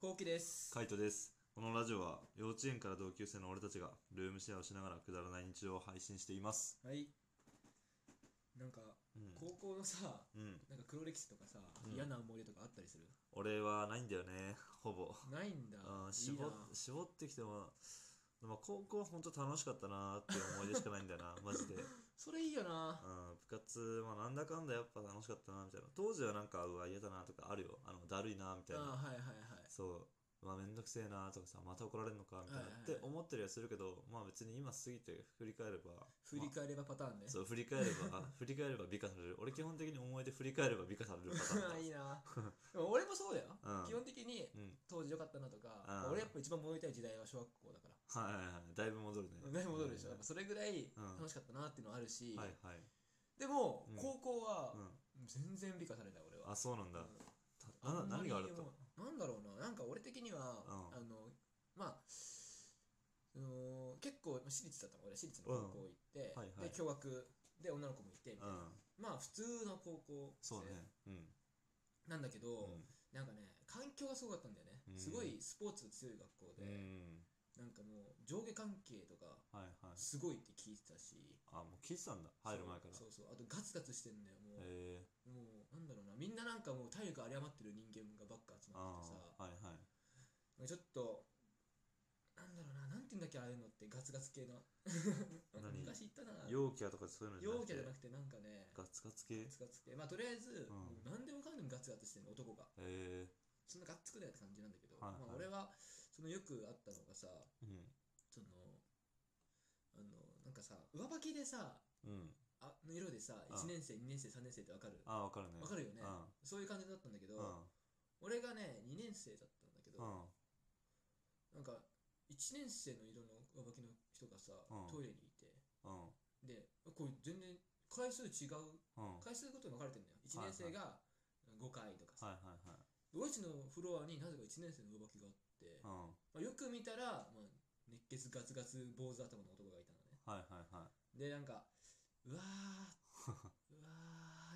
ほうきです。カイトです。このラジオは幼稚園から同級生の俺たちがルームシェアをしながらくだらない日常を配信しています。はい。なんか、うん。高校のさ、うん、なんか黒歴史とかさ、うん嫌な思い出とかあったりする俺はないんだよね、ほぼ。ないんだ。あーいい絞なっ。絞ってきても、まあ、高校は本当楽しかったなーっていう思い出しかないんだよな、 マジで。それいいよな。うん、部活、まあ、なんだかんだやっぱ楽しかったなみたいな。当時はなんか、うわ、嫌だなとかあるよ。あの、だるいなみあたいーな。はいはいはい。そう、まあ、めんどくせえなとかさ、また怒られるのかみたいなはいはいっはいて思ったりはするけど、まあ別に今過ぎて振り返れば、振り返ればパターンね。 そう振り返れば振り返れば美化される俺基本的に思い出振り返れば美化されるパターンだ いいな。でも俺もそうだよ。 うん基本的にうん当時良かったなとか、うん俺やっぱ一番戻りたい時代は小学校だから。はいはいはいだいぶ戻るねね、戻るでしょ。やはっぱそれぐらいうん楽しかったなっていうのはあるし、いはい、でもうん高校はう全然美化された俺ん、は。あそうなんだ、うんたな何があるととなんだろうななんか俺的には、うんあのまあその結構まあ私立だったの俺私立の高校行って、うんはでいはい共学で女の子もいてみたういんな、まあ普通の高校生そうねうんなんだけど、うんなんかね環境がすごかったんだよね、うんすごいスポーツが強い学校で、うんなんかもう上下関係とかはいはいすごいって聞いてたしあもう聞いてたんだ入る前からそうそうそうあとガツガツしてんだよもう、へえもうなんだろうなみんななんかもう体力有り余ってる人間がばっか集まあっててさあはいはいちょっと、なんだろうな、なんて言うんだっけ、ああいうのって、ガツガツ系の。なんか何昔言ったな。陽キャとかそういう陽のキャじゃくなくて、なてんかね、ガガツガツ系へツガツ系。まあ、とりあえず、うんもう何でもかんでもガツガツしてる男が。えそんなガッツくないって感じなんだけど、はいはいまあ、俺は、そのよくあったのがさ、うんその、あの、なんかさ、上履きでさ、うんあの色でさ、うん1年生、2年生、3年生ってわかるあわかるねわかるよねう。そういう感じだったんだけんうど、ん俺がね、2年生だったんだけど、うんなんか1年生の色の上履きの人がさ、うんトイレにいてうんでこれ全然回数違ううんは回い数ごとに分かれてるんだよ1はい年生が5回とかさ、はいはいドイツのフロアになぜか1年生の上履きがあって、まあ、うんよく見たら、まあ、熱血ガツガツ坊主頭の男がいたのねはいはいはいでなんかうわー うわ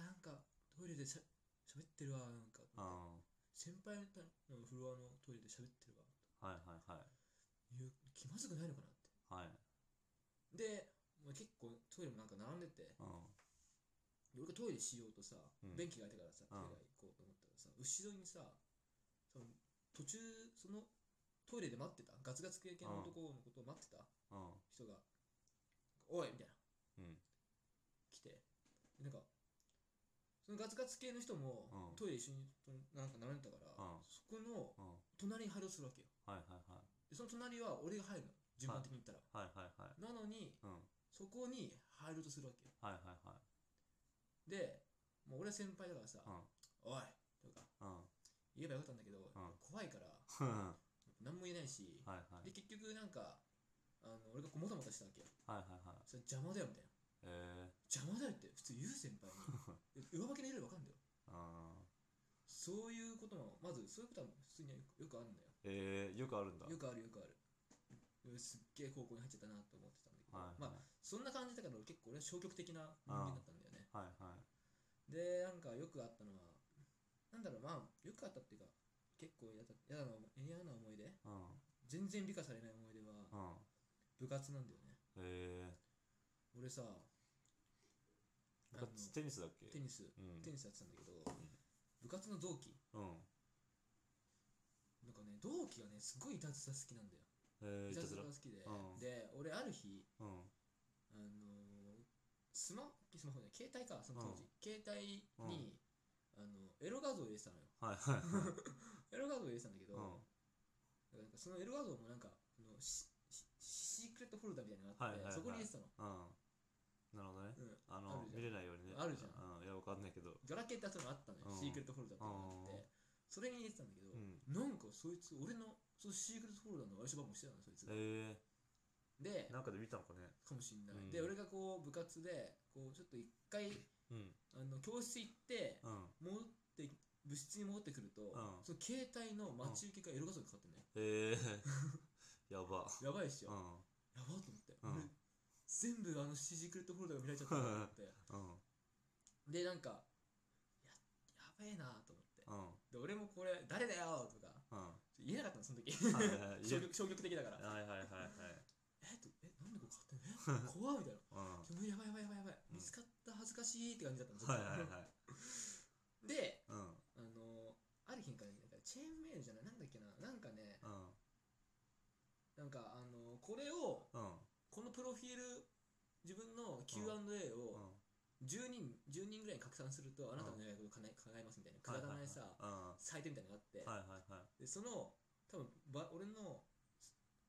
ーなんかトイレでしゃ喋ってるわなんかうんはい先輩のフロアのトイレで喋ってるわはいはいいう気まずくないのかなってはい。で、まあ、結構トイレもなんか並んでて、うん。俺がトイレしようとさ、うん便器が空いたからさ、うんトイレ行こうと思ったらさ、後ろにさ、その途中、そのトイレで待ってた、ガツガツ系の男のことを待ってたうん。人が、おいみたいな、うん。来て、でなんか、そのガツガツ系の人も、うんトイレ一緒にとなんか並んでたから、うんそこのうん。隣に入ろうとするわけよ。はいはいで、その隣は俺が入るの、順番的に言ったら。はい。はいはいはい。なのに、うん。そこに入ろうとするわけよ。はいはいはい。で、もう俺は先輩だからさ、おいとかうん。うん。言えばよかったんだけど、怖いから何も言えないし、はいはでい。結局なんかあの俺がこうもたもたしたわけよはいはいはい。それ邪魔だよみたいなええ。邪魔だよって普通言う先輩 にで上履きの色分かんだようん。そういうこともまずそういうことは普通によくよくあるんだよええ、よくあるんだ。よくあるよくあるうんすっげえ高校に入っちゃったなと思ってたんだけど、はい。まはいあそんな感じだから俺結構俺は消極的な人間だったんだよねはいはい。でなんかよくあったのはなんだろうまあよくあったっていうか結構嫌だ嫌な嫌な思い出うん。全然美化されない思い出はうん。部活なんだよねええ。俺さあのテニスだっけテニスうん。テニスやってたんだけどん部活の同期うん。なんかね同期がねすごいいたずら好きなんだよええ、いいたたずらずらが。好きでうんで俺ある日うん。あのースマスマホね携帯かその当時携帯にあのエロ画像を入れてたのよはいはいは い。エロ画像を入れてたんだけどうん。なんかそのエロ画像もなんかあのシシシークレットフォルダみたいなのがあってはいはいはいそこに入れてたのうん。なるほどね。うんあの、見れないようにね。うん。いや、わかんないけど。ガラケーってやつがあったのよ、うんシークレットフォルダっていうのがあっうんて、それに入れてたんだけど、うん。なんかそいつ、俺のそのシークレットフォルダの愛称番号してたの、そいつ。えでえ。、なんかで見たのかね。かもしんない。うんで、俺がこう部活で、こうちょっと一回うん。あの教室行って、うん。戻って、部室に戻ってくると、んその携帯の待ち受けがエロ画像にかかってんだよ。ええ。やば。やばいっしょ。やうばっと思って。うん俺全部あのシークレットフォルダが見られちゃったなと思って。ん。うん。で、なんか、ややべえなと思って。うん。で、俺もこれ、誰だよとか、うん。言えなかったのその時はいはいはい消極消極的だからはいはいはいはいえっとえなんでこう買った のえ怖いみたいなうんは煙やばいやばいやばいやばいうん見つかった恥ずかしいって感じだったのずっいとはいはいでうんあのある日からなんかチェーンメールじゃないなんだっけななんかねうんなんかあのこれをうんこのプロフィール自分の Q&A をうん10人 ,10 人ぐらいに拡散するとあなたの願い事を叶え叶えますみたいなくだらないさはいはサイトみたいなのがあって、いはいうんはいはいはいでその多分ば俺の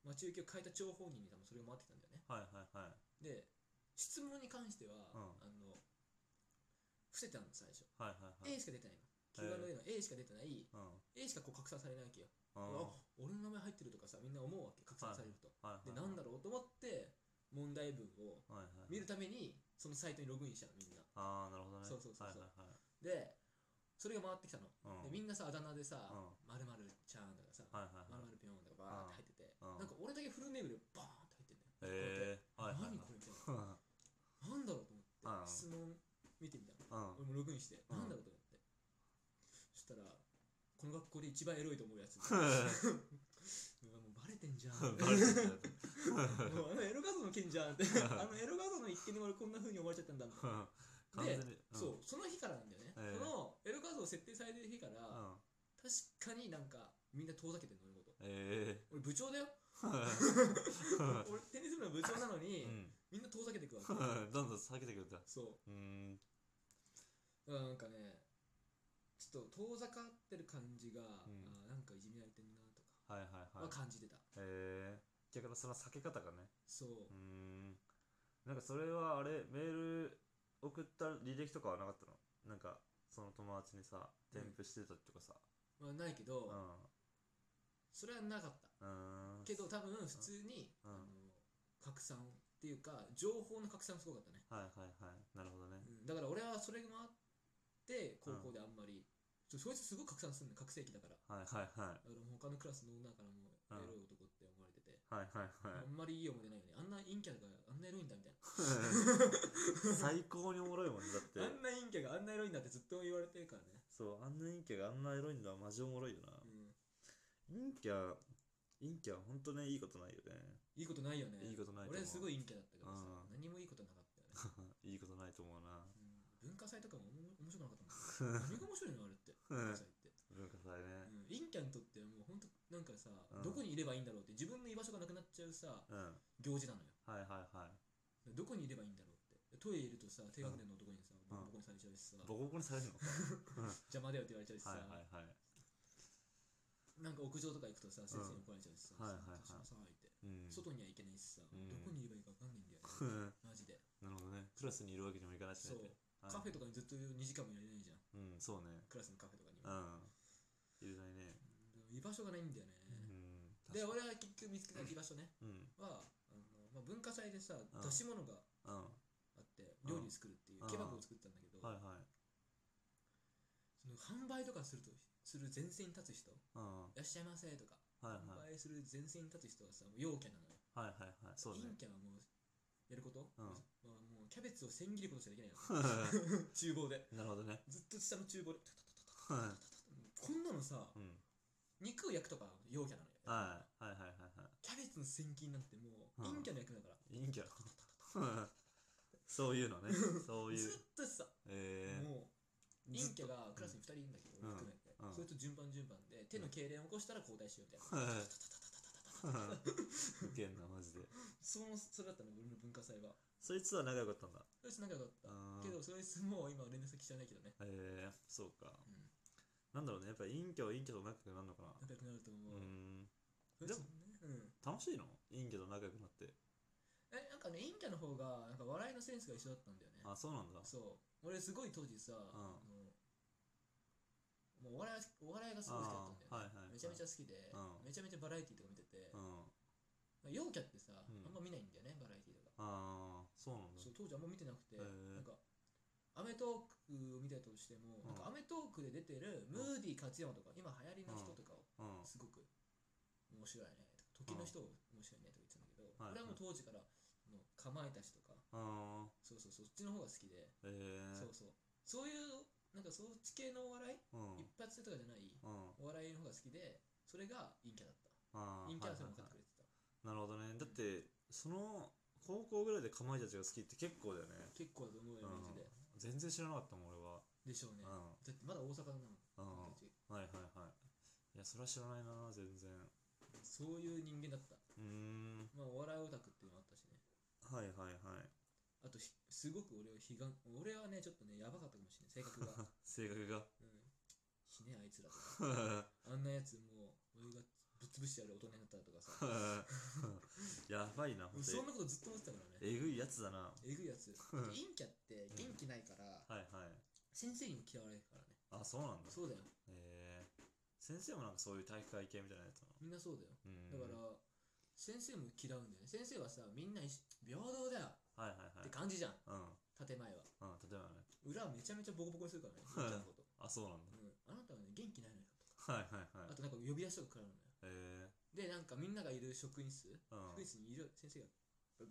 待ち受けを変えた情報人に多分それを回ってきたんだよねはいはいはいで質問に関しては、うんあの伏せてあるの最初、はいはいはい A しか出てないへの Q&A えの A しか出てない、うん A しかこう拡散されないわけよ、うんあ俺の名前入ってるとかさみんな思うわけ拡散されると、はいでなんだろうと思って問題文をはいはい見るためにそのサイトにログインしたのみんなああなるほどねそうそうそうそうはいはいはいでそれが回ってきたの、でうんみんなさあだ名でさうん「まるまるちゃん」とかさはい「はいまはるまいるぴょん」とかバーって入ってて、うなんんか俺だけフルネームでバーンって入ってんだよえーはいはいはい何これみたいうなんなんだろうと思って、うん質問見てみたのうん俺もログインして、うなんんだろうと思ってそしたらこの学校で一番エロいと思うやつ うわもうバレてんじゃんバレてんじゃんもうあのエロ画像の件じ ゃんってあのエロ画像の一件で俺こんな風に思われちゃったんだもん完全にんそうその日からなんだよね、えそえのエロ画像設定されてる日から、うん確かになんかみんな遠ざけてるの俺のことえ俺部長だよえ俺テニス部の部長なのに、うんみんな遠ざけてくわけどんどん避けてくれたうそーんうだからなんかねちょっと遠ざかってる感じが、んあーなんかいじめられてんなとはいはいかははい感じてた、ええ逆にその避け方がねそう、うーんなんかそれはあれメール送った履歴とかはなかったのなんかその友達にさうん添付してたりとかさまあ、ないけど、うそれはなかったんうーんけど多分普通に、うあのん拡散っていうか情報の拡散すごかったね、はいはいはいなるほどねうんだから俺はそれもあって高校であんまり、ちょそいつすごい拡散するの拡声器だからはいはいはだからいもう他のクラスの女からもエロうんい男って思われてて、はいはいあはい んまりいい思い出ないよねあんな陰キャがあんなエロいんだみたいな最高におもろいもんねだってあんな陰キャがあんなエロいんだってずっと言われてるからね、そうあんな陰キャがあんなエロいのはマジおもろいよなうん、陰キャ陰キャはほんとねいいことないよねいいことないよねいいことないと思俺すうごい陰キャだったからさ、うん何もいいことなかったよね、 いいことないと思ううなん文化祭とかもおも面白くなかったもん 何が面白いのあれって文化祭って、文化祭うねん、陰キャにとってはもう本当なんかさ、うんどこにいればいいんだろうって自分の居場所がなくなっちゃうさうん行事なのよはいはいはいどこにいればいいんだろうってトイレいるとさ低学年の男にさ、うんボコボコにされちゃうしさ、ボコボコにされるのか邪魔だよって言われちゃうしさ、はいはいはいなんか屋上とか行くとさ、先生に怒られちゃうしさ、はいはいはいさあさあって、うん外には行けないしさ、うんどこにいればいいか分かんないんだよね、マジで。なるほどねクラスにいるわけにもいかないしそねう、はいカフェとかにずっと2時間もいられないじゃん、うんそうねクラスのカフェとかにうは。んいれないねでも居場所がないんだよね。うんで、確か俺は結局見つけた居場所ね、にうんは、あのまあ、文化祭でさ、ん出し物がうんはあって、料理作るっていうう、んケバブを作ったんだけど、いはいその販売とかすると、する前線に立つ人、いうんらっしゃいませとか、はい販はい売する前線に立つ人はさ、もう陽キャなのよ。はいはいはいそう陰ねキャはもう、やること、うんまあもうキャベツを千切ることしかできないの。な 厨房でるほど ねずっと下の厨房でうんこんなのさうん肉を焼くとか陽キャなのよ、はいはいはいはいはキャベツの千切りなんてもううん陰キャの役だから、い陰キャ そういうのねそうず いうっとさ、えー もう陰キャがクラスに2人いるんだけど、う俺ん含めて、うんそれと順番順番で手の痙攣を起こしたら交代しようみたいな、ウケんなマジでそのそれだったの俺の文化祭はそいつは仲良かったんだそいつ仲良かったうんけどそいつもう今連絡先知らないけどね、えー、そうかうん、なんだろうねやっぱ陰キャは陰キャと仲良くなるのかな仲良くなると思うう、んそいつもねうん楽しいの陰キャと仲良くなってえなんかね陰キャの方がなんか笑いのセンスが一緒だったんだよねあそうなんだそう俺すごい当時さ、あのもうお笑いお笑いがすごい好きだったんだよ、ねあーはいはいはいめちゃめちゃ好きで、うんめちゃめちゃバラエティーとか見てて、うん陽キャってさ、んあんま見ないんだよねバラエティーとか、ああそうなんだそう当時あんま見てなくて、へなんーかアメトークを見たとしても、うんなんかアメトークで出てるムーディ勝山とか今流行りの人とかをうんすごく面白いねとか時の人を面白いねとか言ってたんだけど、はい俺はもう当時からあのかまいたちとかああそうそうそっちの方が好きで、えー、そうそうそういうなんかそっち系のお笑い、うん一発でとかじゃないうんお笑いの方が好きでそれが陰キャだったあ陰ーキャはそれも分はいかってくれてたはいはいなるほどねだってその高校ぐらいでかまいたちが好きって結構だよね結構どのようなで全然知らなかったもん俺はでしょうねうだんってまだ大阪なのうん僕たちはいはいはいいやそれは知らないな全然そういう人間だったうーんまあお笑いオタクっていうのもあったしねはいはいはいあとひすごく俺は悲願俺はねちょっとねやばかったかもしれない性格が、う ん、性格がひねあいつらとかあんなやつもう俺がぶっ潰してやる大人になったらとか さやばいなも本うそん当になことずっと思ってたからねえぐいやつだなはえぐいや つうん陰キャって元気ないから、いはい先生にも嫌われるからねあそうなんだそうだよえー、先生もなんかそういう体育会系みたいなやつなみんなそうだよのだから先生も嫌うんだよね先生はさみんな一緒平等だよらはいはいはってい感じじゃんうん建前はうん例えばね裏はめちゃめちゃボコボコにするからね陰キャのこと、あそうなんだうん、あなたはね元気ないのよとかはいはいはあいとなんか呼び出しとか食らうのよえでなんかみんながいる職員室、ー、うん職員室にいる先生が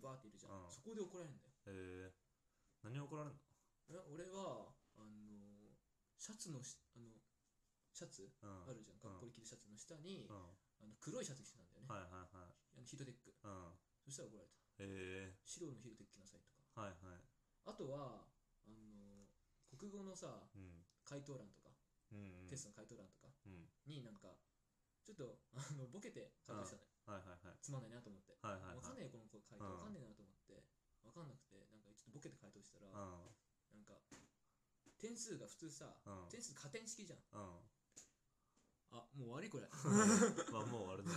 バーっているじゃん、うんそこで怒られるんだよえー、何を怒られるのえ俺はあのシャツのしあのシャツうんあるじゃん学校で着るシャツの下に、うんあの黒いシャツ着てたんだよね、はいはいはいあのヒートテックうんそしたら怒られたえ白のヒートテック着なさいとー、はいはいかあとはあの国語のさうん回答欄とか、うんうんテストの回答欄とかうんになんかちょっとあのボケて回答したのよ、はいはいはいつまんないなと思って、はいはいはいわかんないよこの子回答うんわかんないなと思ってわかんなくてなんかちょっとボケて回答したら、なんか点数が普通さ、うんうん点数加点式じゃんうんあもう終わりこれ まあもう終わるね。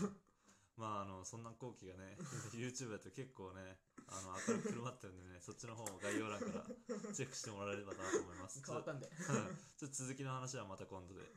まああのそんな後期がね YouTube だと結構ねあの明るく振る舞ってるんでねそっちの方も概要欄からチェックしてもらえればなと思います。変わったんでちょっと続きの話はまた今度で。